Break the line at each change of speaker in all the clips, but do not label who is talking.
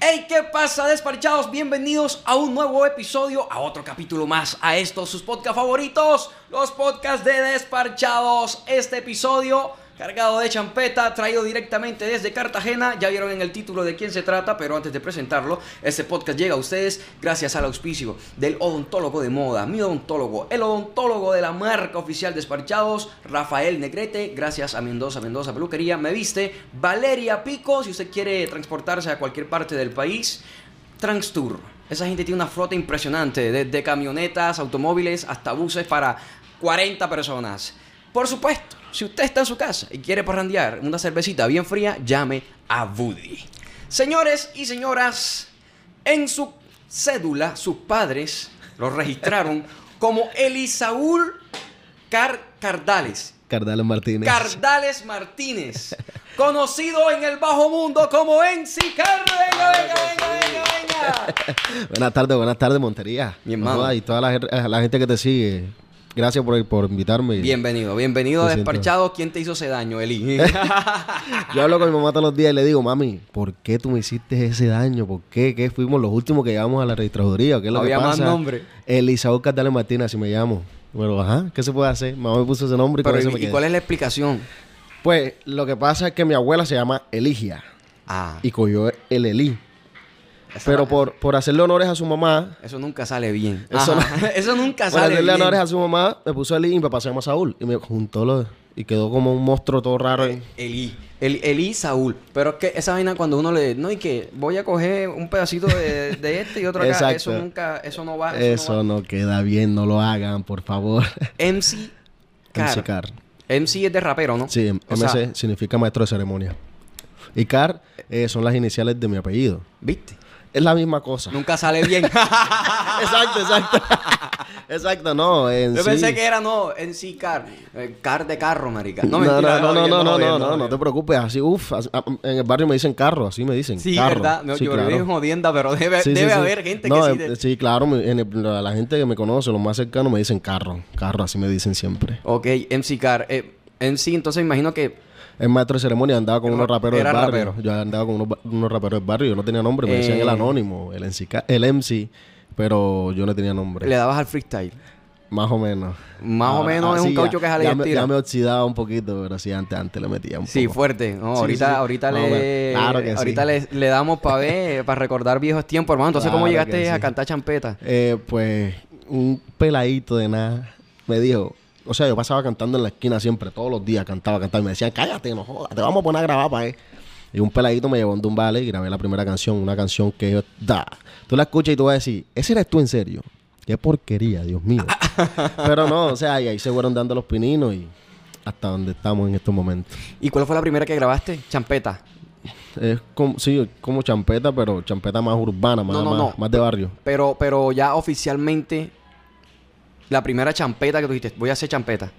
Hey, ¿qué pasa, desparchados? Bienvenidos a un nuevo episodio, a otro capítulo más, a estos sus podcasts favoritos, los podcasts de desparchados. Este episodio cargado de champeta, traído directamente desde Cartagena. Ya vieron en el título de quién se trata, pero antes de presentarlo, este podcast llega a ustedes gracias al auspicio del odontólogo de moda, mi odontólogo, el odontólogo de la marca oficial Desparchados, Rafael Negrete. Gracias a Mendoza, Mendoza Peluquería, me viste, Valeria Pico. Si usted quiere transportarse a cualquier parte del país, Transtour. Esa gente tiene una flota impresionante, desde camionetas, automóviles hasta buses para 40 personas. Por supuesto, si usted está en su casa y quiere parrandear una cervecita bien fría, llame a Woody. Señores y señoras, en su cédula sus padres lo registraron como Elisaúl Car Cardales.
Cardalo Martínez.
Cardales Martínez, conocido en el bajo mundo como Enzi Carne. Venga, venga, venga, venga, venga.
buenas tardes, buenas tardes, Montería.
Mi hermano.
No jodas, y toda la, gen- la gente que te sigue. Gracias por, por invitarme.
Bienvenido, bienvenido,
Lo siento.
desparchado. ¿Quién te hizo ese daño, Eli?
Yo hablo con mi mamá todos los días y le digo, mami, ¿por qué tú me hiciste ese daño? ¿Por qué? ¿Qué fuimos los últimos que llegamos a la registraduría? ¿Qué es lo
Había
que
más
pasa?
nombre.
Elisaúl Cardale Martínez, así me llamo. Bueno, ajá, ¿qué se puede hacer? Mamá me puso ese nombre y
Pero,
con eso me
¿y- ¿Y
quedé.
cuál es la explicación?
Pues, lo que pasa es que mi abuela se llama Eligia
Ah,
y cogió el Eli.
esa-
Pero por, por hacerle honores a su mamá,
Eso nunca sale bien.
Eso
Ajá,
no-
Eso nunca
Para
sale
hacerle
bien.
honores a su mamá, me puso Eli y mi papá se llama Saúl. Y me juntó los... Y quedó como un monstruo todo raro. ahí.
Eli, Eli, Eli Saúl. Pero es que esa vaina cuando uno le... No, y que voy a coger un pedacito de, de este y otro acá.
Exacto.
Eso nunca... Eso no va.
Eso
no va.
no queda bien, no lo hagan, por favor.
MC Car.
MC Car.
MC es de rapero, ¿no?
Sí, MC
O sea,
significa maestro de ceremonia. Y Car eh, son las iniciales de mi apellido.
¿Viste?
Es la misma cosa.
Nunca sale bien.
Exacto, exacto. exacto, no. En
Yo
sí-
pensé que era, no, MC Car. Eh, car de carro, marica. No,
No,
mentira.
no, no, no,
oye,
no, no,
oye,
no, no,
oye.
te preocupes. Así, uff, en el barrio me dicen carro, así me dicen.
Sí,
carro.
¿verdad? No,
Sí,
yo
claro.
vivo en jodienda, pero debe,
Sí, sí,
debe
sí.
haber gente
No,
que
eh,
sí... de-
Sí, claro. me- en el- la, la gente que me conoce, los más cercanos, me dicen carro. Carro, así me dicen siempre.
Ok, MC Car. Eh, MC, entonces imagino que
El maestro de ceremonia andaba con
Era-
unos raperos del
era
barrio.
rapero.
Yo andaba con unos, ba- unos raperos del barrio. Yo no tenía nombre. Me decían
Eh.
el anónimo, el MC, ca- el MC, pero yo no tenía nombre.
le dabas al freestyle.
Más o menos.
Más o menos es
sí,
un
ya-
caucho que jala y
ya, me-
estira.
ya me oxidaba un poquito, pero sí, antes, antes le metía un
Sí,
poco.
fuerte. No,
Sí,
ahorita
sí.
ahorita
Más o
le
menos. Claro que sí.
ahorita le, le damos para ver, para recordar viejos tiempos, hermano. Entonces, ¿cómo
Claro
llegaste
que
a
sí.
cantar champeta?
Eh, pues un peladito de nada me dijo, o sea, yo pasaba cantando en la esquina siempre, todos los días cantaba, cantaba y me decían, cállate, no jodas, te vamos a poner a grabar para Y un peladito me llevó a un vale y grabé la primera canción, una canción que yo, da, tú la escuchas y tú vas a decir, ese eres tú en serio. Qué porquería, Dios mío. Pero no, o sea, y ahí se fueron dando los pininos y hasta donde estamos en estos momentos.
¿Y cuál fue la primera que grabaste? Champeta.
Es como, sí, como champeta, pero champeta más urbana, más,
No, no,
más-
no.
más de barrio.
Pero pero ya oficialmente la primera champeta que tú dijiste, voy a hacer champeta.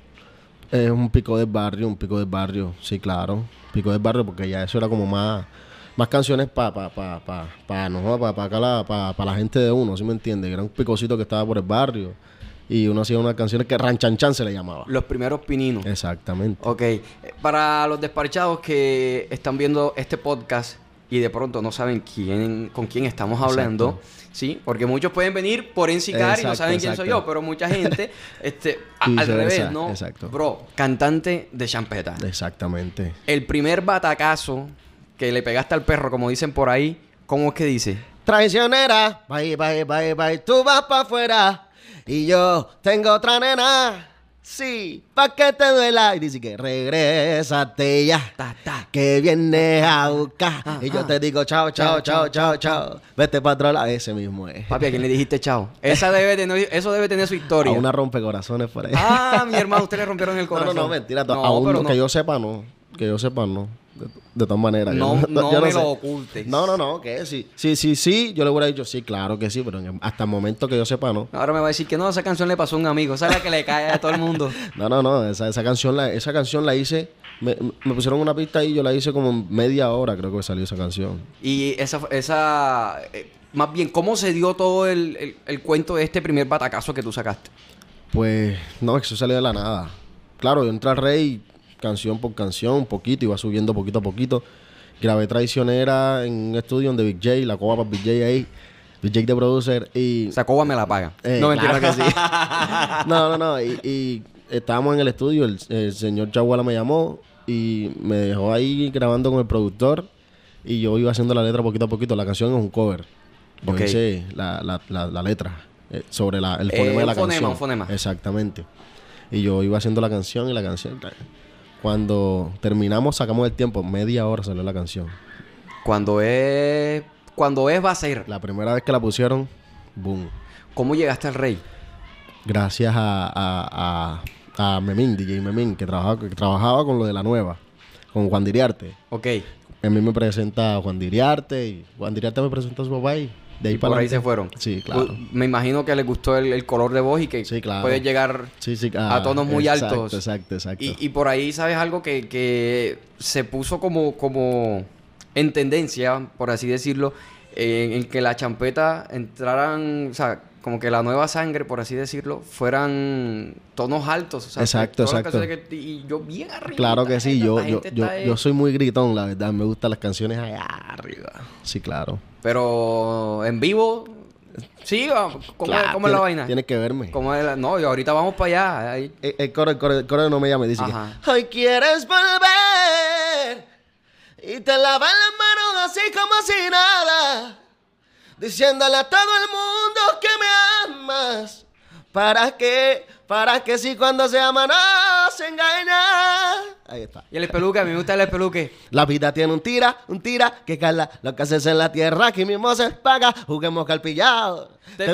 Es un pico del barrio, un pico del barrio, sí, claro. Pico del barrio, porque ya eso era como más, más canciones para pa, pa, pa, pa, no, pa, pa acá la, pa, pa la gente de uno, ¿sí me entiende? Que era un picocito que estaba por el barrio y uno hacía unas canciones que ranchanchan se le llamaba.
Los primeros pininos.
Exactamente.
Ok, eh, para los desparchados que están viendo este podcast y de pronto no saben quién, con quién estamos hablando, ¿sí? Porque muchos pueden venir por encicar y no
Exacto,
saben quién soy
exacto.
yo, pero mucha gente, este, a-
Y
al
viceversa,
revés, ¿no?
exacto.
Bro, cantante de champeta.
Exactamente.
El primer batacazo que le pegaste al perro, como dicen por ahí, ¿cómo es que dice?
Traicionera, bye, bye, bye, bye, tú vas para afuera y yo tengo otra nena. Sí, pa' que te duela. Y dice que regrésate ya.
Ta, ta.
que vienes a buscar.
Ah,
y
ah.
yo te digo, chao, chao,
Chao,
chao, chao, chao. Vete para otro lado. Ese mismo es.
Papi, ¿a quién le dijiste chao? Esa debe tener, eso debe tener su
A
historia.
una rompecorazones por ahí.
Ah, mi hermano, usted le rompieron el
no, no,
corazón.
no, mentira.
No,
a uno
pero no.
que yo sepa, no. Que yo sepa, no. De, de todas maneras.
No,
yo
no
yo
me
sé.
lo ocultes.
No, no, no. Que sí. Sí, sí, sí. Yo le hubiera dicho, sí, claro que sí. Pero en- hasta el momento que yo sepa, no.
Ahora me va a decir que no, esa canción le pasó a un amigo. Esa es la que le cae a todo el mundo.
No, no, no. Esa, esa canción, la, esa canción la hice. Me, me pusieron una pista y yo la hice como en media hora, creo que salió esa canción.
Y esa. esa eh, más bien, ¿cómo se dio todo el, el- el cuento de este primer batacazo que tú sacaste?
Pues no, eso salió de la nada. Claro, yo entré al rey canción por canción, un poquito, iba subiendo poquito a poquito. Grabé Traicionera en un estudio donde Big J, la coba para Big J ahí, Big J de producer y...
Esa coba me la paga.
Eh,
no, mentira
claro
que sí.
no, no, no. Y, y estábamos en el estudio, el, el señor Chaguala me llamó y me dejó ahí grabando con el productor y yo iba haciendo la letra poquito a poquito. La canción es un cover. Yo
Ok.
hice la, la- la- la letra eh, sobre la- el
Eh,
fonema de
un
la
fonema,
canción.
un fonema.
Exactamente. Y yo iba haciendo la canción y la canción... Cuando terminamos, sacamos el tiempo. Media hora salió la canción.
Cuando es. Cuando es, va a ser.
La primera vez que la pusieron, boom.
¿Cómo llegaste al rey?
gracias a, a, a, a Memín, DJ Memín, que trabajaba, que trabajaba con lo de la nueva, con Juan Diriarte.
Ok.
A mí me presenta a Juan Diriarte y Juan Diriarte me presentó a su papá y de ahí
Y
para
por ahí
adelante-
se fueron.
Sí, claro.
U- Me imagino que les gustó el, el color de voz y que
Sí, claro.
puedes llegar
Sí, sí,
a tonos muy
exacto,
altos.
Exacto, exacto.
Y, y por ahí, ¿sabes algo que, que se puso como, como en tendencia, por así decirlo, en, en que la champeta entraran, o sea, como que la nueva sangre, por así decirlo, fueran tonos altos. o sea,
Exacto,
todas las
exacto.
canciones que- y yo bien arriba.
claro que
la
sí,
gente-
yo,
la
yo,
gente
yo,
está, eh,
yo soy muy gritón, la verdad. Me gustan las canciones allá
arriba.
Sí, claro.
Pero en vivo, sí, vamos, ¿cómo,
Claro,
cómo es la
tiene-
vaina?
Tienes que verme.
¿Cómo es la- No, y ahorita vamos para allá. ahí-
El, el coro, el coro, el coro no me llama, dice
Ajá.
que Hoy quieres volver Y te lavan las manos así como si nada Diciéndole a todo el mundo que me amas ¿Para qué? ¿Para que si cuando se ama no se engaña? Ahí está
Y el espeluque, a mí me gusta el espeluque.
la vida tiene un tira, un tira, que cala lo que haces en la tierra, aquí mismo se paga, juguemos calpillado.
Te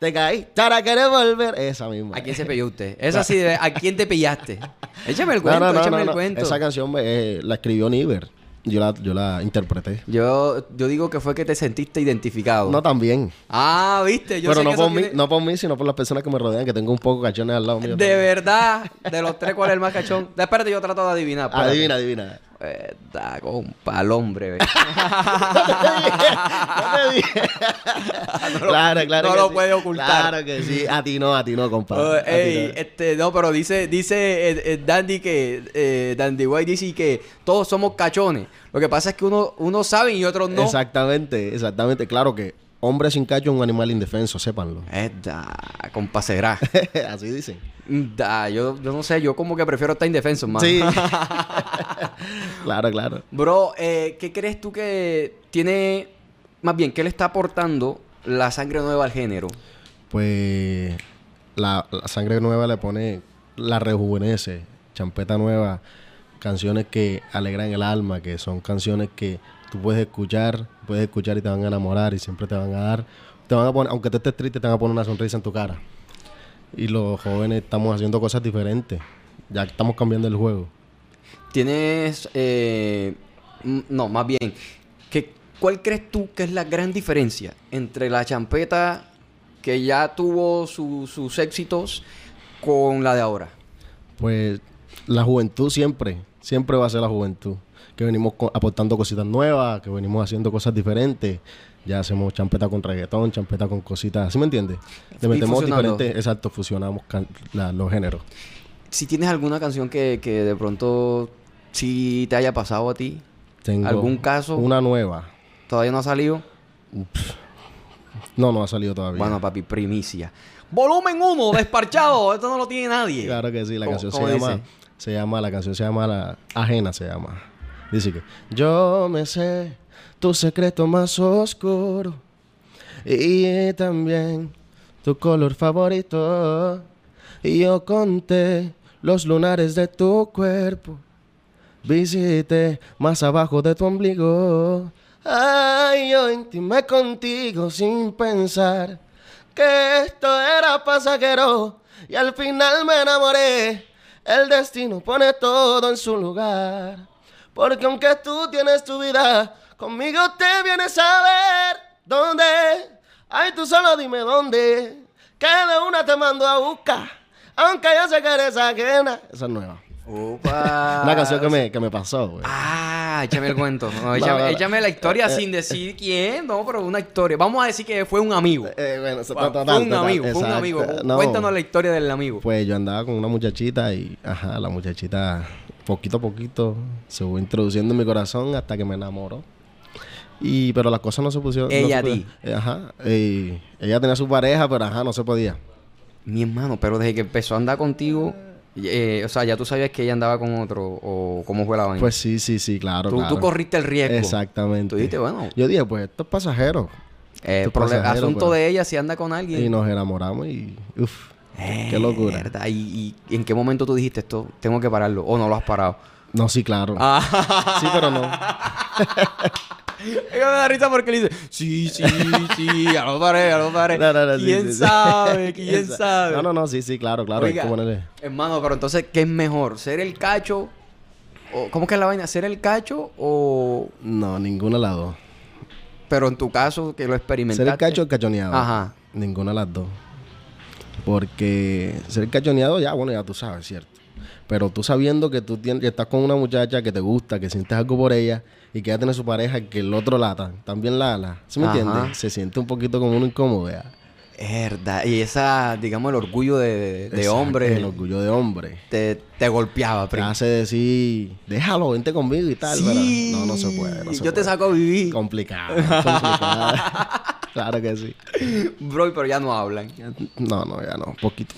te caí, ahora quieres volver. Esa misma.
¿A quién se pilló usted? Esa sí, de- ¿a quién te pillaste? Échame el
No,
cuento,
no, no,
échame
no,
el
no.
cuento.
Esa canción eh, la escribió Niver. Yo la, yo la interpreté.
Yo, yo digo que fue que te sentiste identificado.
No tan bien.
Ah, viste, yo
pero
sé
no
que eso
por, mí,
tiene-
no por mí, sino por las personas que me rodean, que tengo un poco cachones al lado
De
mío. también.
verdad, de los tres, ¿cuál es el más cachón? Da, Espérate, yo trato de adivinar. espérate.
Adivina, adivina.
Eh, da, compa, el hombre. ve.
No te dije. claro, claro.
no
que
lo
sí.
puede ocultar.
Claro que sí. A ti no, a ti no, compadre.
Oh,
A ti
ey,
no.
este, no, pero dice, dice eh, eh, Dandy que eh, Dandy White dice que todos somos cachones. Lo que pasa es que uno, unos saben y otros no.
Exactamente, exactamente. Claro que hombre sin cacho es un animal indefenso, sépanlo.
Eh, da, compa, será.
Así dicen.
Da, Mm, ah, yo, yo no sé, yo como que prefiero estar indefenso, más.
Sí. claro, claro.
Bro, eh, ¿qué crees tú que tiene, más bien, qué le está aportando la sangre nueva al género?
Pues la, la sangre nueva le pone, la rejuvenece, champeta nueva, canciones que alegran el alma, que son canciones que tú puedes escuchar, puedes escuchar y te van a enamorar y siempre te van a dar, te van a poner, aunque te estés triste, te van a poner una sonrisa en tu cara. Y los jóvenes estamos haciendo cosas diferentes, ya que estamos cambiando el juego.
Tienes, eh, mm, no, más bien, ¿qué, ¿cuál crees tú que es la gran diferencia entre la champeta que ya tuvo su- sus éxitos con la de ahora?
Pues la juventud siempre, siempre va a ser la juventud. Que venimos co- aportando cositas nuevas, que venimos haciendo cosas diferentes. Ya hacemos champeta con reggaetón, champeta con cositas, ¿sí me entiendes?
Y
Le metemos
fusionando.
diferentes, exacto, fusionamos can- la- los géneros.
Si tienes alguna canción que, que de pronto sí te haya pasado a ti,
Tengo
¿Algún caso?
Una nueva.
todavía no ha salido.
No, no ha salido todavía.
Bueno, papi, primicia. Volumen 1, desparchado. Esto no lo tiene nadie.
Claro que sí, la
¿Cómo-
canción se
cómo dice?
llama, se llama, la canción se llama la ajena se llama. Dice que yo me sé tu secreto más oscuro y también tu color favorito y yo conté los lunares de tu cuerpo. Visité más abajo de tu ombligo. Ay, yo intimé contigo sin pensar que esto era pasajero. Y al final me enamoré. El destino pone todo en su lugar. Porque aunque tú tienes tu vida, conmigo te vienes a ver. ¿Dónde? Ay, tú solo dime dónde. Que de una te mando a buscar. Aunque yo sé que eres ajena. Esa es nueva.
Opa.
Una canción que me, que me pasó, güey.
Ah, échame el cuento. No,
No,
échame,
no, no.
échame la
Eh,
historia sin decir quién. No, pero una historia. Vamos a decir que fue un amigo.
Eh, bueno, se-
Ah,
ta- ta-
fue un
ta- ta-
amigo, fue un
exacto.
amigo.
No,
Cuéntanos la historia del amigo.
Pues yo andaba con una muchachita y, ajá, la muchachita poquito a poquito se fue introduciendo en mi corazón hasta que me enamoró. Y, pero las cosas no se pusieron. no se
Ella a
pudieron-
ti.
Eh, Ajá. eh, ella tenía su pareja, pero ajá, no se podía.
Mi hermano, pero desde que empezó a andar contigo, eh, o sea, ya tú sabías que ella andaba con otro, o cómo fue la vaina.
Pues sí, sí, sí, claro.
tú, tú
claro.
corriste el riesgo.
Exactamente.
Tú dijiste, bueno,
Yo dije, pues esto es pasajero.
eh,
tú pues.
problema-
pasajero,
asunto
pero-
de ella si anda con alguien.
Y nos enamoramos y. Uf.
Eh.
Qué locura.
Mierda, ¿Y, y en qué momento tú dijiste esto? Tengo que pararlo. O no lo has parado.
No, sí, claro.
Ah.
Sí, pero no.
Ella me da risa porque le dice, sí, sí, sí, ya lo paré, ya lo paré.
No, no, no, sí,
¿Quién
sí, sí.
sabe? ¿Quién
sa-
sabe?
No, no, no, sí, sí, claro, claro. hay que
Oiga,
ponerle-
hermano, pero entonces, ¿qué es mejor? ¿Ser el cacho? O, ¿Cómo que es la vaina? ¿Ser el cacho o...?
No, ninguna de las dos.
Pero en tu caso, que lo experimentaste.
Ser el cacho o el cachoneado.
Ajá.
Ninguna de las dos. Porque ser cachoneado, ya, bueno, ya tú sabes, ¿cierto? Pero tú sabiendo que tú tienes, que estás con una muchacha que te gusta, que sientes algo por ella y que ella tiene su pareja, que el otro lata, también la ala. ¿Sí me
Ajá.
entiendes? Se siente un poquito como uno incómodo, ya.
Herda, y esa, digamos, el orgullo de, de
Exacto,
hombre
El orgullo de hombre.
te, te golpeaba.
Te
primo.
hace decir, déjalo, vente conmigo y tal. pero
Sí,
No, no se puede. no se
yo te
puede.
saco a vivir.
Complicado. complicado. claro que sí.
Bro, pero ya no hablan.
No, no, ya no. Poquito.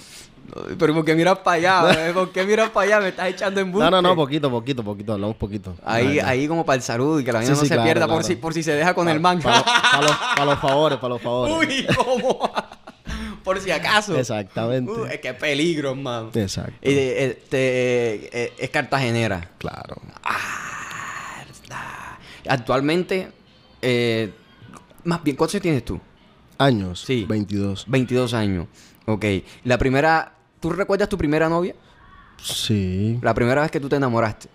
Pero ¿por qué miras para allá? eh? ¿Por qué miras para allá? Me estás echando en
No, no, no, poquito, poquito, poquito. Hablamos poquito.
Ahí,
Dale.
ahí como para el salud y que la vaina
Sí,
no
sí,
se
claro,
pierda Por,
claro.
si, por si se deja con el man.
Para los, pa' los favores, para los favores.
Uy, ¿cómo? por si acaso.
Exactamente.
Uy, es que peligro, hermano.
Exacto.
Y de- este, eh, es cartagenera.
Claro.
Mierda. Actualmente, eh, más bien, ¿cuántos años tienes tú?
Años.
Sí.
22.
22 años. Ok. La primera, ¿tú recuerdas tu primera novia?
Sí.
La primera vez que tú te enamoraste.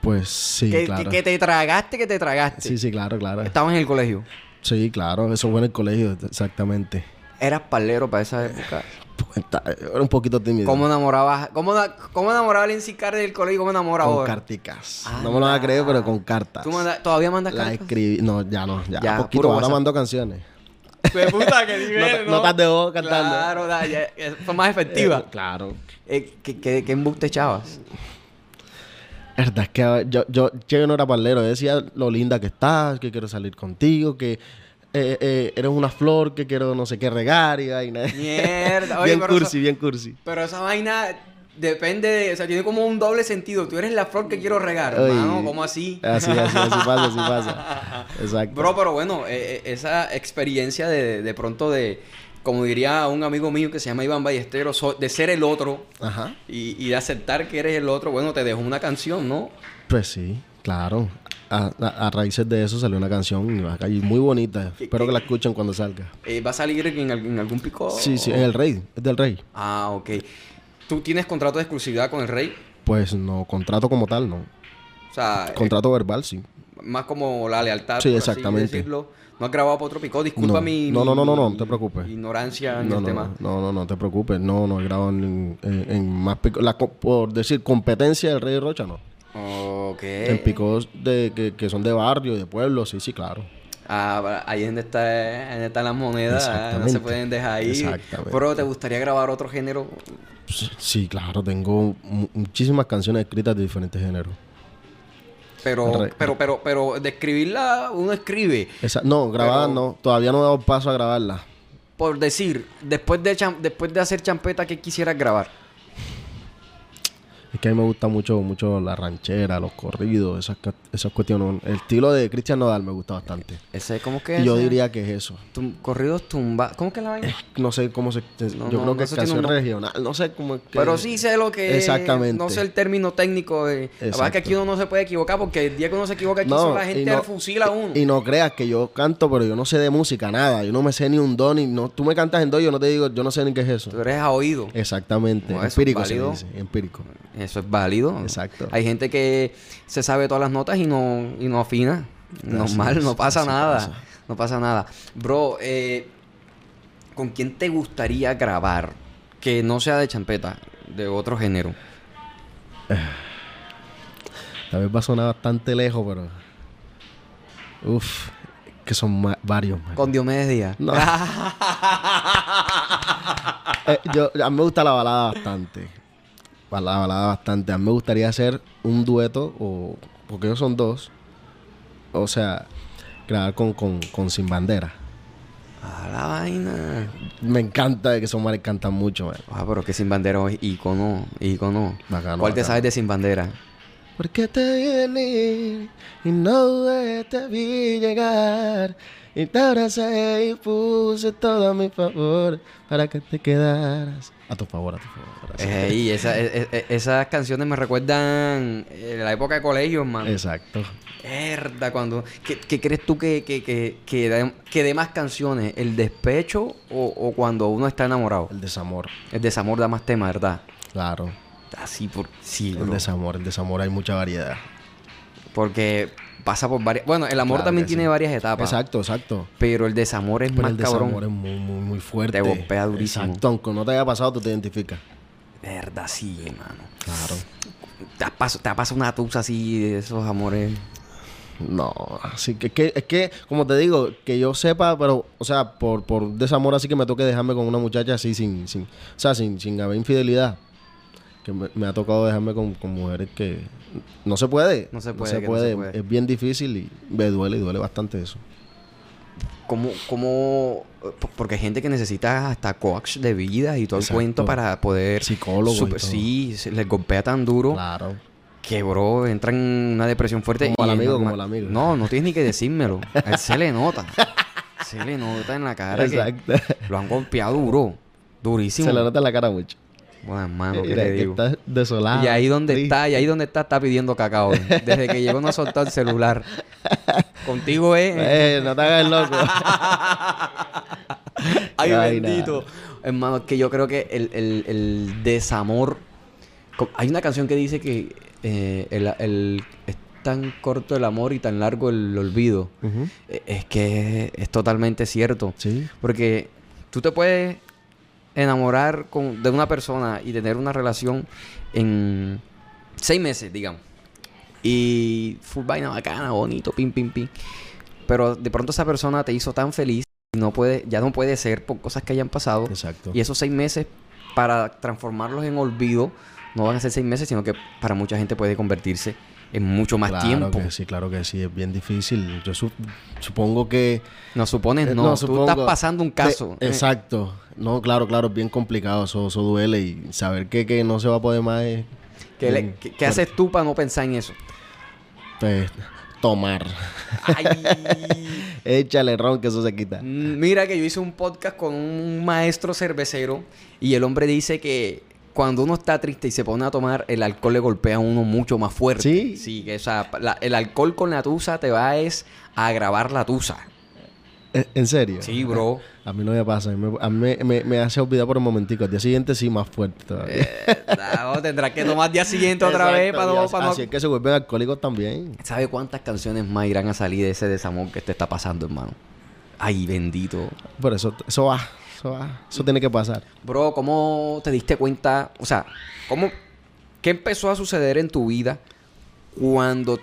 Pues sí,
que,
claro.
que- que te tragaste, que te tragaste.
Sí, sí, claro, claro.
Estabas en el colegio.
Sí, claro. Eso fue en el colegio, exactamente.
Eras palero para esa época.
Puta, Era un poquito tímido.
¿Cómo enamorabas? ¿Cómo, na- cómo enamoraba a Lindsay Carter del colegio? ¿Cómo enamora
Con
ahora? Ah,
carticas. No me lo vas a creer, pero con cartas.
¿Tú manda- todavía mandas
La
cartas?
escribí. No, ya no. Ya,
Ya,
poquito.
puro
Ahora
WhatsApp.
mando canciones.
De puta, que
Nota- notas de voz cantando.
Claro, da, ya, eh, fue más
Eh,
efectiva.
claro.
Eh, ¿Qué, qué, qué embuste echabas?
Verdad, es que a ver, yo, yo, yo no era parlero. Yo decía lo linda que estás, que quiero salir contigo, que eh, eh, eres una flor que quiero no sé qué regar y vaina.
Mierda. Oye,
bien
pero,
cursi,
eso-
bien cursi.
pero esa vaina depende de... O sea, tiene como un doble sentido. Tú eres la flor que quiero regar,
Oye,
hermano. ¿Cómo así?
Así, así, así pasa, así pasa. Exacto.
Bro, pero bueno, eh, eh, esa experiencia de, de pronto de... Como diría un amigo mío que se llama Iván Ballesteros, so- de ser el otro
Ajá.
y, y de aceptar que eres el otro, bueno, te dejó una canción, ¿no?
Pues sí, claro. A, a- a raíces de eso salió una canción y va a caer muy bonita.
¿Qué-
Espero
qué-
que la escuchen cuando salga.
Eh, ¿Va a salir en, al- en algún pico?
Sí, sí, es el rey, es del rey.
Ah, ok. ¿Tú tienes contrato de exclusividad con el rey?
Pues no, contrato como tal, no.
O sea, eh,
Contrato verbal, sí.
más como la lealtad.
Sí,
por así
exactamente.
decirlo. No has grabado para otro pico, disculpa
No.
mi.
No, no, no, no, no, no te
mi
preocupes.
Ignorancia en
No,
el
no,
tema.
no, no, no, no te preocupes. No, no he grabado en, en- en más pico. La, co- por decir, competencia del Rey Rocha, no.
Ok.
En picos de, que, que son de barrio, de pueblo, sí, sí, claro.
Ah, ahí es donde, está, ahí donde están las monedas. ah, No se
Exactamente.
pueden dejar ahí.
Exactamente.
Pero ¿te gustaría grabar otro género?
Pues, Sí, claro, tengo mu- muchísimas canciones escritas de diferentes géneros.
Pero,
Re-
pero, pero, pero, describirla, uno escribe.
Esa- no, grabadas
Pero-
no. Todavía no he dado paso a grabarlas.
Por decir, después de, cham- después de hacer champeta, ¿qué quisieras grabar?
Es que a mí me gusta mucho, mucho la ranchera, los corridos, esas, ca- esas cuestiones. El estilo de Cristian Nodal me gusta bastante.
Ese, ¿cómo que
Y yo
es?
diría que es eso.
Tum- corridos tumba. ¿Cómo que es la vaina?
No sé cómo se... te-
No, no,
yo creo
no,
que es
eso tiene un
canción
nombre.
regional. No sé cómo es que...
Pero sí sé lo que
Exactamente.
No sé el término técnico. De... La verdad es que
Exacto.
aquí uno no se puede equivocar porque el día que uno se equivoca Pues, aquí son la
y
gente
no-
al fusil a uno.
Y no creas que yo canto, pero yo no sé de música, nada. Yo no me sé ni un do, ni no. Tú me cantas en do, yo no te digo, yo no sé ni qué es eso.
Tú eres a oído.
Eh. Exactamente.
No, eso es
empírico se
válido.
dice, empírico.
Eso es válido.
Exacto.
Hay gente que se sabe todas las notas y no, y no afina. Normal,
es,
no pasa
así
nada.
pasa.
No pasa nada. Bro, eh, ¿con quién te gustaría grabar que no sea de champeta, de otro género?
Tal vez va a sonar bastante lejos, pero. Uf, que son ma- varios, man.
Con Diomedes Díaz.
No. Eh, yo, a mí me gusta la balada bastante. balada, balada bastante. A mí me gustaría hacer un dueto, o, porque ellos son dos. O sea, grabar con, con, con Sin Bandera.
A la vaina.
Me encanta que son mares cantan mucho, man.
Ah, pero que Sin Bandera es ícono, ícono.
Bacano,
¿Cuál te
bacano.
sabes de Sin Bandera?
Porque te vi venir y no dudé, te vi llegar. Y te abracé y puse todo a mi favor para que te quedaras. A tu favor, a tu favor. gracias.
Eh, y esa- e- e- esas canciones me recuerdan eh, la época de colegio, hermano.
Exacto.
Herda, cuando. ¿Qué, qué crees tú que, que, que, que, de, que dé más canciones? ¿El despecho o, o cuando uno está enamorado?
El desamor,
El desamor da más tema, ¿verdad?
claro.
Así por. Sí,
El
bro.
desamor, el desamor hay mucha variedad.
Porque pasa por varias. Bueno, el amor
Claro
también
que
tiene
sí.
varias etapas.
Exacto, exacto.
Pero el desamor es
Pero
más
el
cabrón.
desamor es muy, muy, muy fuerte.
Te golpea durísimo.
Exacto, aunque no te haya pasado, tú te identificas.
Verdad, sí, hermano.
Claro.
Te ha pas- te ha pasado una tusa así de esos amores.
No, así que, que- es que, como te digo, que yo sepa, pero, o sea, por, por desamor así que me toque dejarme con una muchacha así sin, sin, o sea, sin, sin haber infidelidad. Que me, me ha tocado dejarme con, con mujeres que no se puede.
No se puede, que no se puede.
Es bien difícil y me duele, y duele bastante eso.
¿Cómo, cómo- por- Porque hay gente que necesita hasta coach de vida y todo
Exacto.
el cuento para poder.
Psicólogo y
super-
todo.
sí, se les golpea tan duro
Claro.
que, bro, entran en una depresión fuerte.
Como
y
al
es
amigo, como
normal.
al amigo.
No, no tienes ni que decírmelo. A él se le nota. Se le nota en la cara. que
Exacto.
lo han golpeado duro. Durísimo.
Se le nota en la cara mucho.
Bueno, hermano, Ah, ¿qué
Mira,
te
que
digo?
estás desolado.
y ahí donde
triste.
está, y ahí donde está, está pidiendo cacao. Desde que llegó no ha soltado el celular. Contigo es.
Eh, no te hagas loco.
Ay,
Ay,
bendito. Hermano, es que yo creo que el, el- el desamor. co- Hay una canción que dice que eh, el, el- es tan corto el amor y tan largo el olvido.
Ujú.
Eh, Es que es, totalmente cierto.
Sí.
Porque tú te puedes enamorar con- de una persona y tener una relación en seis meses, digamos. Y full vaina bacana, bonito, pim, pim, pim. Pero de pronto esa persona te hizo tan feliz y no puede, ya no puede ser por cosas que hayan pasado.
Exacto.
Y esos seis meses, para transformarlos en olvido, no van a ser seis meses, sino que para mucha gente puede convertirse en mucho más
claro
tiempo.
que sí, claro que sí. Es bien difícil. Yo su- supongo que...
No supones,
Eh,
no.
no,
Tú estás
supongo.
pasando un caso.
Te-
Eh,
exacto. No, claro, claro, es bien complicado, eso, eso duele y saber que, que no se va a poder más es,
¿Qué, le-
bien
qué- qué
fuerte.
haces tú para no pensar en eso?
pues, tomar.
Ay,
Échale ron que eso se quita.
Mm. mira que yo hice un podcast con un maestro cervecero y el hombre dice que cuando uno está triste y se pone a tomar, el alcohol le golpea a uno mucho más fuerte.
¿Sí?
Sí, que o sea, la- el alcohol con la tusa te va es a agravar la tusa.
Eh, ¿En serio?
Sí, bro.
A mí no me pasa, a mí, me- a mí me, me- me hace olvidar por un momentico. Al día siguiente sí, más fuerte todavía.
Eh, no, tendrás que tomar día siguiente otra vez
Exacto,
para
y
no...
así-
para no-
Así es que se vuelven alcohólicos también.
¿Sabe cuántas canciones más irán a salir de ese desamor que te está pasando, hermano? Ay, bendito.
Por eso, eso va, eso va. Eso tiene que pasar.
Bro, ¿cómo te diste cuenta? O sea, ¿cómo, ¿qué empezó a suceder en tu vida cuando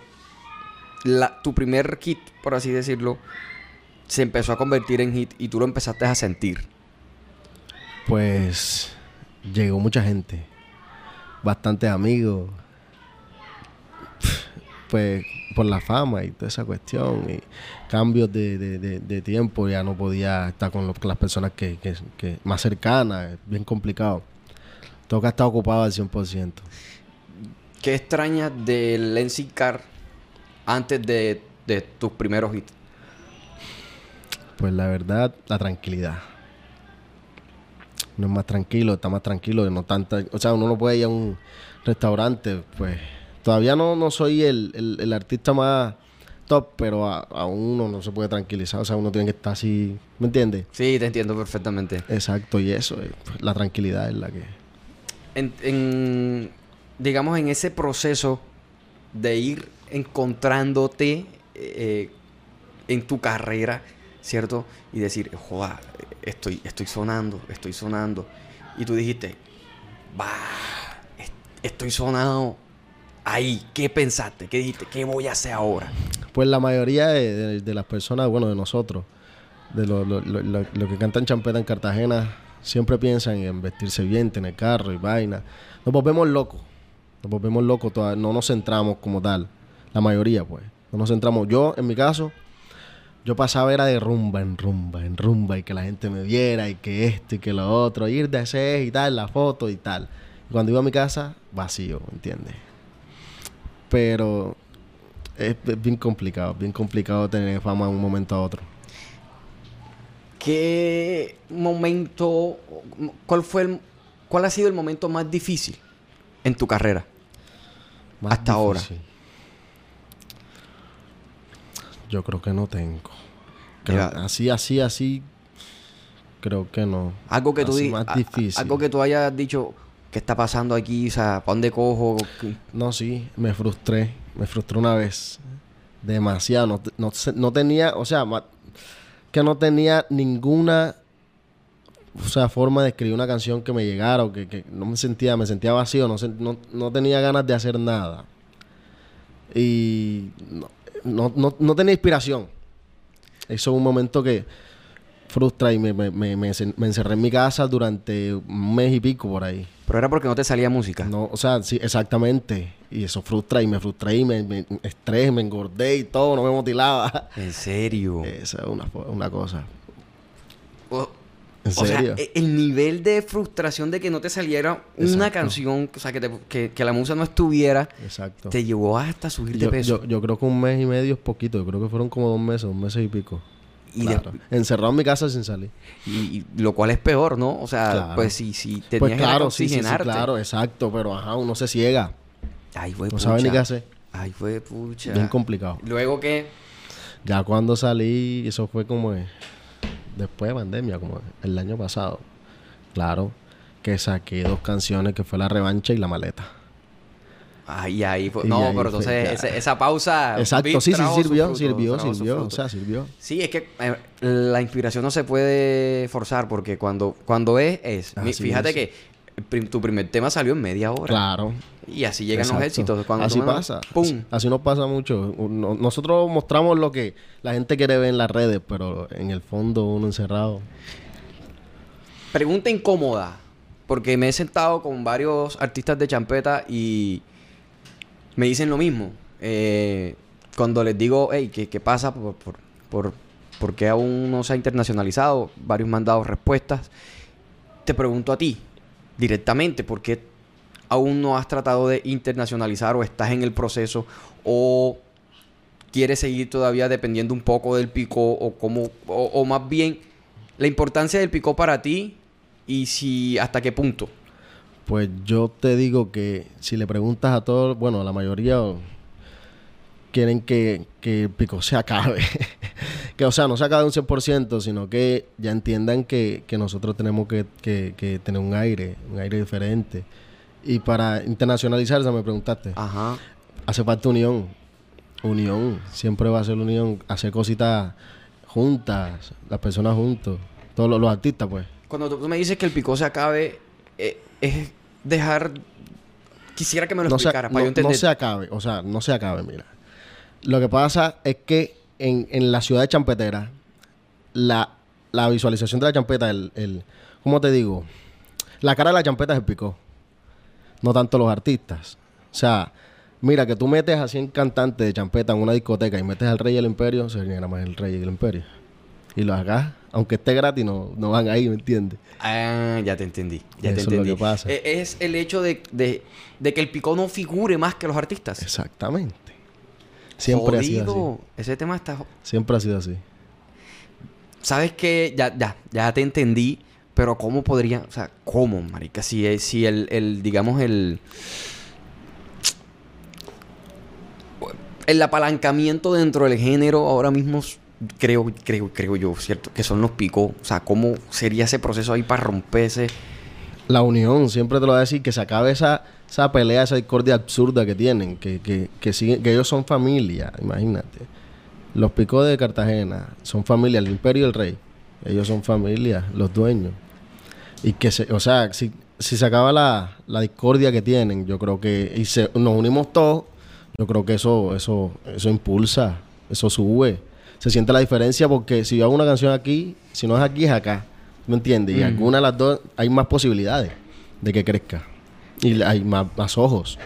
la- tu primer hit, por así decirlo, se empezó a convertir en hit y tú lo empezaste a sentir?
Pues llegó mucha gente, bastantes amigos, pues por la fama y toda esa cuestión, y cambios de, de- de- de tiempo, ya no podía estar con, lo- con las personas que, que- que más cercanas, es bien complicado. Toca estar ocupado al 100%.
¿Qué extrañas del NC Car antes de, de tus primeros hits?
Pues la verdad, la tranquilidad. Uno es más tranquilo, está más tranquilo, no tanta, o sea, uno no puede ir a un restaurante, pues todavía no, no soy el, el- el artista más top, pero a- aún uno no se puede tranquilizar, o sea, uno tiene que estar así, ¿me entiendes?
Sí, te entiendo perfectamente.
Exacto, y eso, eh, pues, la tranquilidad es la que...
en, en, digamos, en ese proceso de ir encontrándote eh, en tu carrera, ¿cierto? Y decir, joda, estoy, estoy sonando, estoy sonando. Y tú dijiste, va, est- estoy sonado. Ahí, ¿qué pensaste? ¿Qué dijiste? ¿Qué voy a hacer ahora?
Pues la mayoría de, de- de las personas, bueno, de nosotros, de los lo, lo- lo- lo que cantan champeta en Cartagena, Siempre piensan en vestirse bien, tener carro y vaina. Nos volvemos locos. Nos volvemos locos. toda- No nos centramos como tal. La mayoría, pues. No nos centramos. Yo, en mi caso, yo pasaba era de rumba en rumba, en rumba. Y que la gente me viera y que esto y que lo otro. Ir de ese y tal, la foto y tal. Y cuando iba a mi casa, vacío, ¿entiendes? Pero es, es bien complicado. Bien complicado tener fama de un momento a otro.
¿Qué momento, cuál fue el, cuál ha sido el momento más difícil en tu carrera?
Más
Hasta ahora.
Yo creo que no tengo. Creo-
Mira.
así, así, así. Creo que no.
Algo que tú
Así
di-
más
a- a-
difícil.
algo que tú hayas dicho, ¿qué está pasando aquí? O sea, ¿para dónde cojo? ¿Qué-
No, sí, me frustré. Me frustré una vez. Demasiado. No, te- no sé- no tenía, o sea, ma- que no tenía ninguna o sea, forma de escribir una canción que me llegara o que, que no me sentía, me sentía vacío, no, sen- no, no tenía ganas de hacer nada. Y no, no, no- no tenía inspiración. Eso es un momento que frustra y me, me- me- me ence- me encerré en mi casa durante un mes y pico por ahí.
Pero era porque no te salía música.
No, o sea, sí, exactamente. Y eso frustra y me frustré y me, me estrés, me engordé y todo, no me motilaba.
En serio.
Esa es una, fo- una cosa.
o,
¿En
o sea,
serio?
e- el nivel de frustración de que no te saliera una
Exacto.
canción, o sea, que, te- que- que la musa no estuviera,
Exacto.
te llevó hasta subir de
Yo,
peso.
yo- yo creo que un mes y medio es poquito. Yo creo que fueron como dos meses, dos meses y pico.
y, de-
Claro. Encerrado en mi casa sin salir.
y- y lo cual es peor, ¿no? O sea,
Claro.
pues si, si tenías
Pues
que
claro, sí, sí, sí,
oxigenarte.
claro, exacto. Pero ajá, uno se ciega.
Ay, fue
No sabe ni
pucha.
qué hacer.
Ay, fue pucha.
Bien complicado.
Luego que
Ya cuando salí, eso fue como eh, después de pandemia, como el año pasado. Claro, que saqué dos canciones que fue La Revancha y La Maleta.
Ay, ahí fue.
Y
No,
ahí
pero
fue,
entonces
ya.
esa, esa pausa. Ah, vi-
Exacto, sí, sí,
trajo su
sirvió,
fruto,
sirvió,
trajo su
sirvió, o
fruto.
sea, sirvió.
Sí, es que eh, la inspiración no se puede forzar porque cuando, cuando es, es. Mi-
Así
Fíjate
es.
que el prim- tu primer tema salió en media hora.
Claro.
Y así llegan los
exacto.
éxitos. Cuando
así
tú me-
pasa.
¡Pum!
Así, así nos pasa mucho. Uno- nosotros mostramos lo que la gente quiere ver en las redes, pero en el fondo uno encerrado.
Pregunta incómoda, porque me he sentado con varios artistas de champeta y me dicen lo mismo. Eh, cuando les digo, hey, ¿qué, qué pasa? Por, por, por- por qué aún no se ha internacionalizado? Varios me han dado respuestas. Te pregunto a ti, directamente, ¿por qué aún no has tratado de internacionalizar o estás en el proceso o quieres seguir todavía dependiendo un poco del pico o cómo o, o más bien la importancia del pico para ti y si hasta qué punto.
Pues yo te digo que si le preguntas a todos, bueno, a la mayoría o- quieren que, que el pico se acabe. que, o sea, no se acabe un 100%, sino que ya entiendan que, que nosotros tenemos que, que- que tener un aire, un aire diferente. Y para internacionalizarse, me preguntaste,
Ajá.
hace falta unión. Unión, siempre va a ser unión, hacer cositas juntas, las personas juntos, todos los- los artistas, pues.
Cuando tú tú me dices que el pico se acabe eh, es dejar quisiera que me lo
no se,
explicara para
no-
yo entender.
no se acabe, o sea, no se acabe, mira. Lo que pasa es que en, en la ciudad de Champetera, la, la visualización de la champeta, el, el- ¿cómo te digo? La cara de la champeta es el picó, no tanto los artistas. O sea, mira, que tú metes a 100 cantantes de champeta en una discoteca y metes al rey del imperio, se genera más el rey del imperio. Y los acá, aunque esté gratis, no, no van ahí, ¿me entiendes?
Ah, ya te entendí. Ya te
Eso es lo
entendí.
que pasa.
Eh, es el hecho de, de- de que el pico no figure más que los artistas.
Exactamente. Siempre ha sido así.
Jodido. Ese tema está jo-
Siempre ha sido así.
¿Sabes qué? Ya, ya, ya te entendí, pero ¿cómo podría, o sea, cómo, marica? Si, es- si el, el, digamos, el... El apalancamiento dentro del género ahora mismo, s- creo, creo, creo yo, ¿cierto? Que son los picos. O sea, ¿cómo sería ese proceso ahí para romperse?
La unión, siempre te lo voy a decir, que se acabe esa, esa pelea, esa discordia absurda que tienen, que, que, que, siguen- que ellos son familia, imagínate. Los picos de Cartagena son familia, el imperio y el rey, ellos son familia, los dueños. Y que, se, o sea, si, si se acaba la, la discordia que tienen, yo creo que, y se, nos unimos todos, yo creo que eso, eso, eso impulsa, eso sube. Se siente la diferencia porque si yo hago una canción aquí, si no es aquí, es acá. ¿Me entiendes? Y alguna de las dos hay más posibilidades de que crezca. Y hay más, más ojos.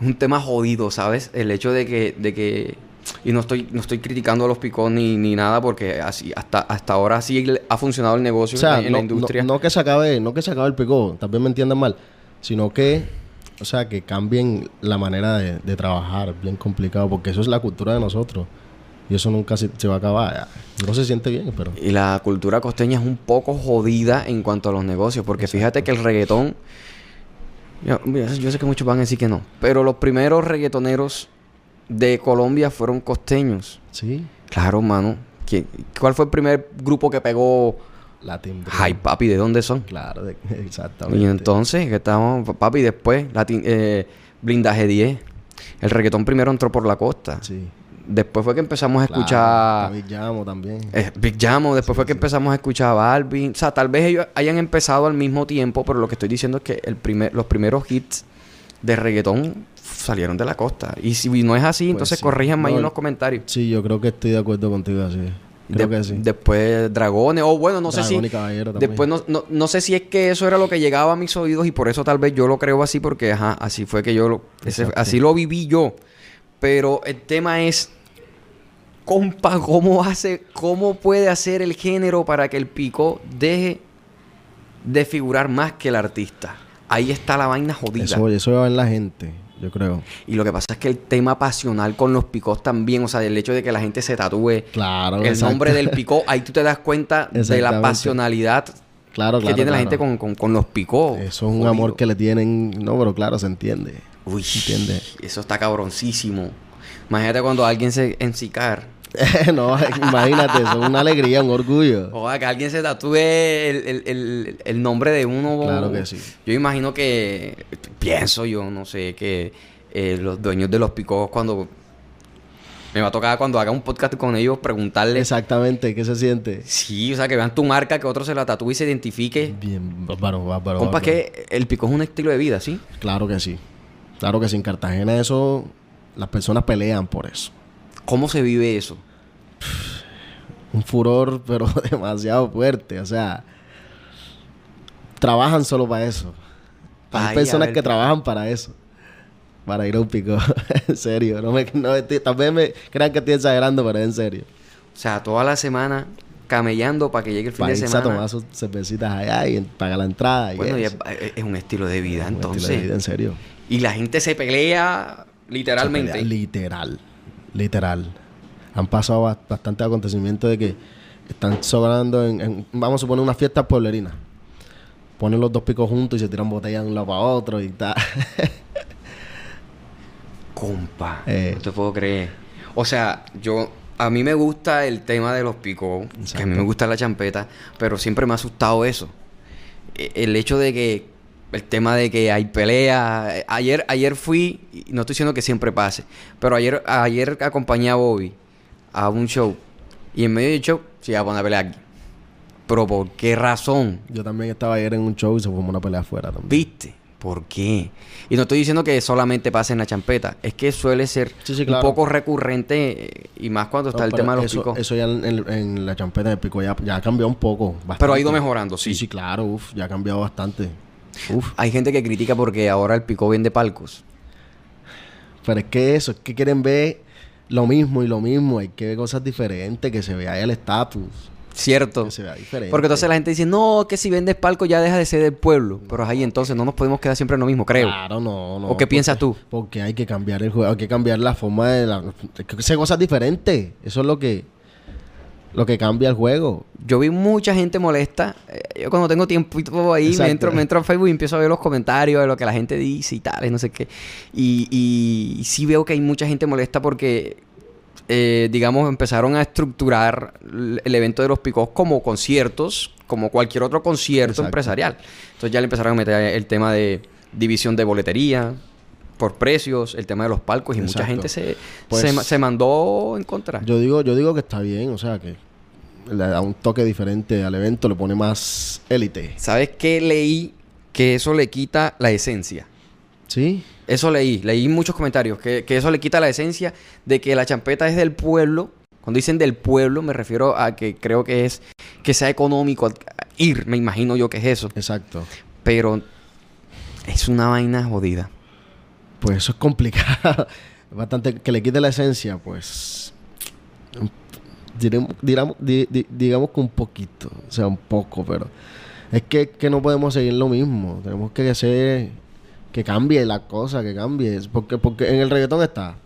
Es un tema jodido, ¿sabes? El hecho de que, de que y no estoy, no estoy criticando a los picos ni, ni nada porque así, hasta, hasta ahora sí le- ha funcionado el negocio
O sea,
en, en
no,
la industria.
no- no que se acabe, no que se acabe el picó, también me entiendan mal, sino que, o sea, que cambien la manera de, de trabajar, es bien complicado, porque eso es la cultura de nosotros. Y eso nunca se, se va a acabar. No se siente bien, pero.
Y la cultura costeña es un poco jodida en cuanto a los negocios, porque fíjate que el reggaetón, yo, mira, yo sé que muchos van a decir que no, pero los primeros reggaetoneros de Colombia fueron costeños.
Sí.
Claro, mano. ¿Quién- ¿Cuál fue el primer grupo que pegó?
La timbre.
Ay, papi, ¿de dónde son?
Claro, de- exactamente.
Y entonces, que estamos, papi, después, Latin- eh, blindaje 10. El reggaetón primero entró por la costa.
Sí.
Después fue que empezamos a
Claro,
escuchar
David Llamo también.
eh, Big Jamo. Después fue que empezamos a escuchar a Balvin. O sea, tal vez ellos hayan empezado al mismo tiempo, pero lo que estoy diciendo es que el primer, los primeros hits de reggaetón salieron de la costa. Y si no es así, entonces
Pues sí.
corríjanme ahí
No,
en los comentarios.
Sí, yo creo que estoy de acuerdo contigo así. Creo
De-
que sí.
Después Dragones, o bueno, no sé
Dragón
si.
y Caballero también.
Después no, no, no sé si es que eso era lo que llegaba a mis oídos y por eso tal vez yo lo creo así, porque ajá, así fue que yo lo. ese-
Exacto.
así lo viví yo. Pero el tema es. Compa, ¿cómo hace, cómo puede hacer el género para que el pico deje de figurar más que el artista? Ahí está la vaina jodida.
Eso, eso va a ver la gente, yo creo.
Y lo que pasa es que el tema pasional con los picos también, o sea, el hecho de que la gente se tatúe
Claro,
el
exacto.
nombre del picó, ahí tú te das cuenta de la
Exactamente.
pasionalidad
Claro, claro.
que tiene la
claro.
gente con, con- con los picó.
Eso es un
Jodido.
amor que le tienen. No, pero claro, se entiende.
Uy,
entiende.
eso está cabroncísimo. Imagínate cuando alguien se encicar.
no, imagínate, eso es una alegría, un orgullo.
O que alguien se tatúe el, el- el- el nombre de uno.
Claro que sí.
Yo imagino que, pienso yo, no sé, que eh, los dueños de los picos cuando... Me va a tocar cuando haga un podcast con ellos preguntarles...
Exactamente, ¿qué se siente?
Sí, o sea, que vean tu marca, que otro se la tatúe y se identifique.
Bien, bárbaro, bárbaro.
Compa,
bárbaro.
que el pico es un estilo de vida, ¿sí?
Claro que sí. Claro que sí, en Cartagena eso. Las personas pelean por eso.
¿Cómo se vive eso?
Un furor, pero demasiado fuerte. O sea, trabajan solo para eso. Hay
Ay,
personas
Abel.
que trabajan para eso. Para ir a un pico. en serio. No me, no, estoy- tal vez me crean que estoy exagerando, pero es en serio.
O sea, toda la semana camellando para que llegue el fin
para
de
irse
semana.
a tomar sus cervecitas allá y pagar la entrada. y
bueno, y es,
eso.
es un estilo de vida,
Un estilo de
entonces.
vida, en serio.
Y la gente se pelea literalmente.
Se pelea Literal. Literal. Han pasado ba- bastantes acontecimientos de que están sobrando en, en- vamos a suponer, una fiesta pueblerina. Ponen los dos picos juntos y se tiran botellas de un lado para otro y tal.
Compa,
Eh.
no te puedo creer. O sea, yo... A mí me gusta el tema de los picos, que a mí me gusta la champeta, pero siempre me ha asustado eso. E- El hecho de que... El tema de que hay peleas... Ayer, ayer fui... y No estoy diciendo que siempre pase, pero ayer, ayer acompañé a Bobby a un show. Y en medio del show se iba a poner a pelear aquí. Pero ¿por qué razón?
Yo también estaba ayer en un show y se formó una pelea afuera también.
¿Viste? ¿Por qué? Y no estoy diciendo que solamente pasa en la champeta, es que suele ser
Sí, sí, claro.
un poco recurrente eh, y más cuando
No,
está el
pero
tema de los
eso,
picos.
Eso ya en, en- en la champeta de pico ya, ya ha cambiado un poco. bastante.
Pero ha ido mejorando, sí.
Sí, sí, claro, uf, ya ha cambiado bastante. Uf.
Hay gente que critica porque ahora el picó vende palcos.
Pero es que eso, es que quieren ver lo mismo y lo mismo. Hay que ver cosas diferentes, que se vea el estatus,
¿Cierto?
que se vea diferente.
Porque entonces la gente dice, no, que si vendes palcos ya deja de ser del pueblo. Pero ahí entonces no nos podemos quedar siempre en lo mismo, creo.
Claro, no, no.
¿O qué piensas tú?
Porque hay que cambiar el juego, hay que cambiar la forma de la... hay que hacer cosas diferentes. Eso es lo que... Lo que cambia el juego.
Yo vi mucha gente molesta. Eh, Yo cuando tengo tiempo ahí me
Exacto.
entro, me entro a Facebook y empiezo a ver los comentarios de lo que la gente dice y tal, y no sé qué. Y, y sí veo que hay mucha gente molesta porque, eh, digamos, empezaron a estructurar l- el evento de los picos como conciertos, como cualquier otro concierto
Exacto.
empresarial. Entonces ya le empezaron a meter el tema de división de boletería por precios, el tema de los palcos y mucha
Exacto.
gente se,
Pues-
se, ma- se mandó en contra.
Yo digo, yo digo que está bien, o sea, que le da un toque diferente al evento, le pone más élite.
¿Sabes qué leí? Que eso le quita la esencia.
¿Sí?
Eso leí, leí muchos comentarios, que, que eso le quita la esencia de que la champeta es del pueblo Cuando dicen del pueblo, me refiero a que creo que es que sea económico ad- ir, me imagino yo que es eso.
Exacto.
Pero es una vaina jodida.
Pues eso es complicado. Bastante que le quite la esencia, pues. Diremos, diramos- di- di- digamos que un poquito, o sea, un poco, pero es que, que no podemos seguir lo mismo. Tenemos que hacer que cambie la cosa, que cambie. Es Porque, porque en el reggaetón está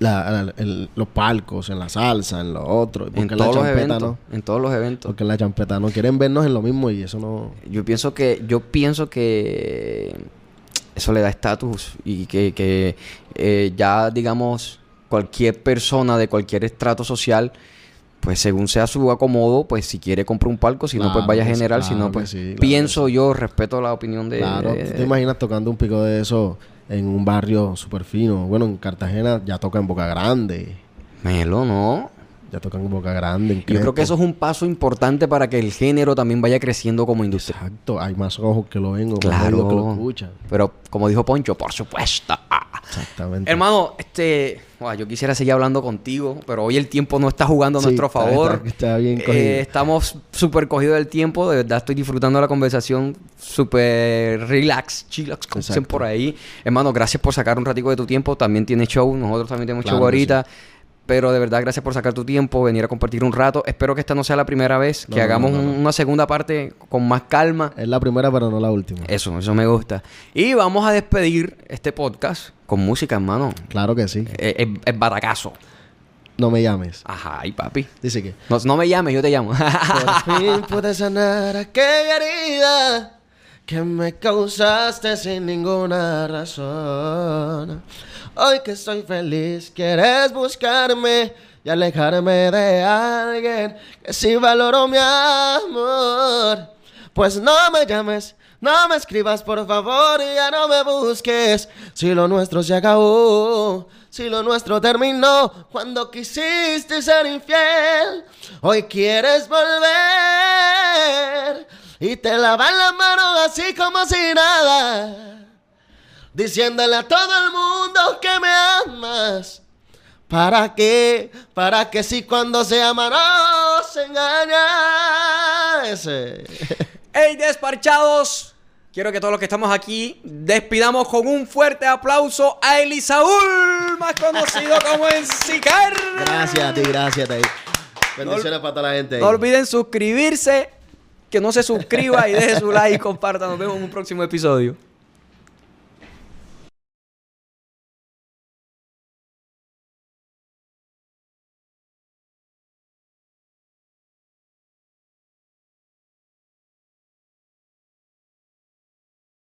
la- la- el- los palcos, en la salsa, en lo otro. y Porque
En
la
todos los
champeta
eventos.
no.
En todos los eventos.
Porque la champeta no. Quieren vernos en lo mismo y eso no.
Yo pienso que, yo pienso que eso le da estatus y que, que, eh, ya, digamos, cualquier persona de cualquier estrato social, pues según sea su acomodo, pues si quiere compra un palco, si no, pues
Claro
vaya a
que sí,
general, si
claro
no,
que
pues
sí, claro que
pienso yo, respeto la opinión de...
Claro, ¿tú te imaginas tocando un pico de eso en un barrio súper fino? Bueno, en Cartagena ya toca en Boca Grande.
Melo, ¿no?
Ya tocan en Boca Grande, en
Yo creo
Crespo.
que eso es un paso importante para que el género también vaya creciendo como industria.
Exacto, hay más ojos que lo ven o más
Claro.
oídos que lo escuchan.
Pero como dijo Poncho, por supuesto.
Exactamente.
Hermano, este, guau, yo quisiera seguir hablando contigo, pero hoy el tiempo no está jugando a
Sí,
nuestro
está-
favor.
está- está bien
Eh,
cogido.
estamos súper cogidos del tiempo, de verdad estoy disfrutando la conversación, súper relax, chillax, como dicen
Exacto.
por ahí. Hermano, gracias por sacar un ratico de tu tiempo, también tienes show, nosotros también tenemos
Claro
show
que
ahorita. Pero de verdad, gracias por sacar tu tiempo, venir a compartir un rato. Espero que esta no sea la primera vez,
No,
que
no,
hagamos
no, Eh. no,
un- una segunda parte con más calma.
Es la primera, pero no la última.
Eso, eso me gusta. Y vamos a despedir este podcast con música, hermano.
Claro que sí.
Eh, Es, es batacazo.
No me llames.
Ajá, ay, papi.
Dice que.
No, no me llames, yo te llamo.
Por fin pude sanar aquella herida que me causaste sin ninguna razón. Hoy que estoy feliz, quieres buscarme y alejarme de alguien que sí valoró mi amor. Pues no me llames, no me escribas por favor y ya no me busques. Si lo nuestro se acabó, si lo nuestro terminó cuando quisiste ser infiel, hoy quieres volver y te lavan la mano así como si nada, diciéndole a todo el mundo que me amas. ¿Para qué? ¿Para que si cuando se ama no se engaña? Ese.
¡Hey, desparchados! Quiero que todos los que estamos aquí despidamos con un fuerte aplauso a Elisaúl, más conocido como el Sicar.
Gracias a ti, gracias a ti. Bendiciones para toda la gente.
No olviden suscribirse, que no se suscriba y deje su like y compartan. Nos vemos en un próximo episodio.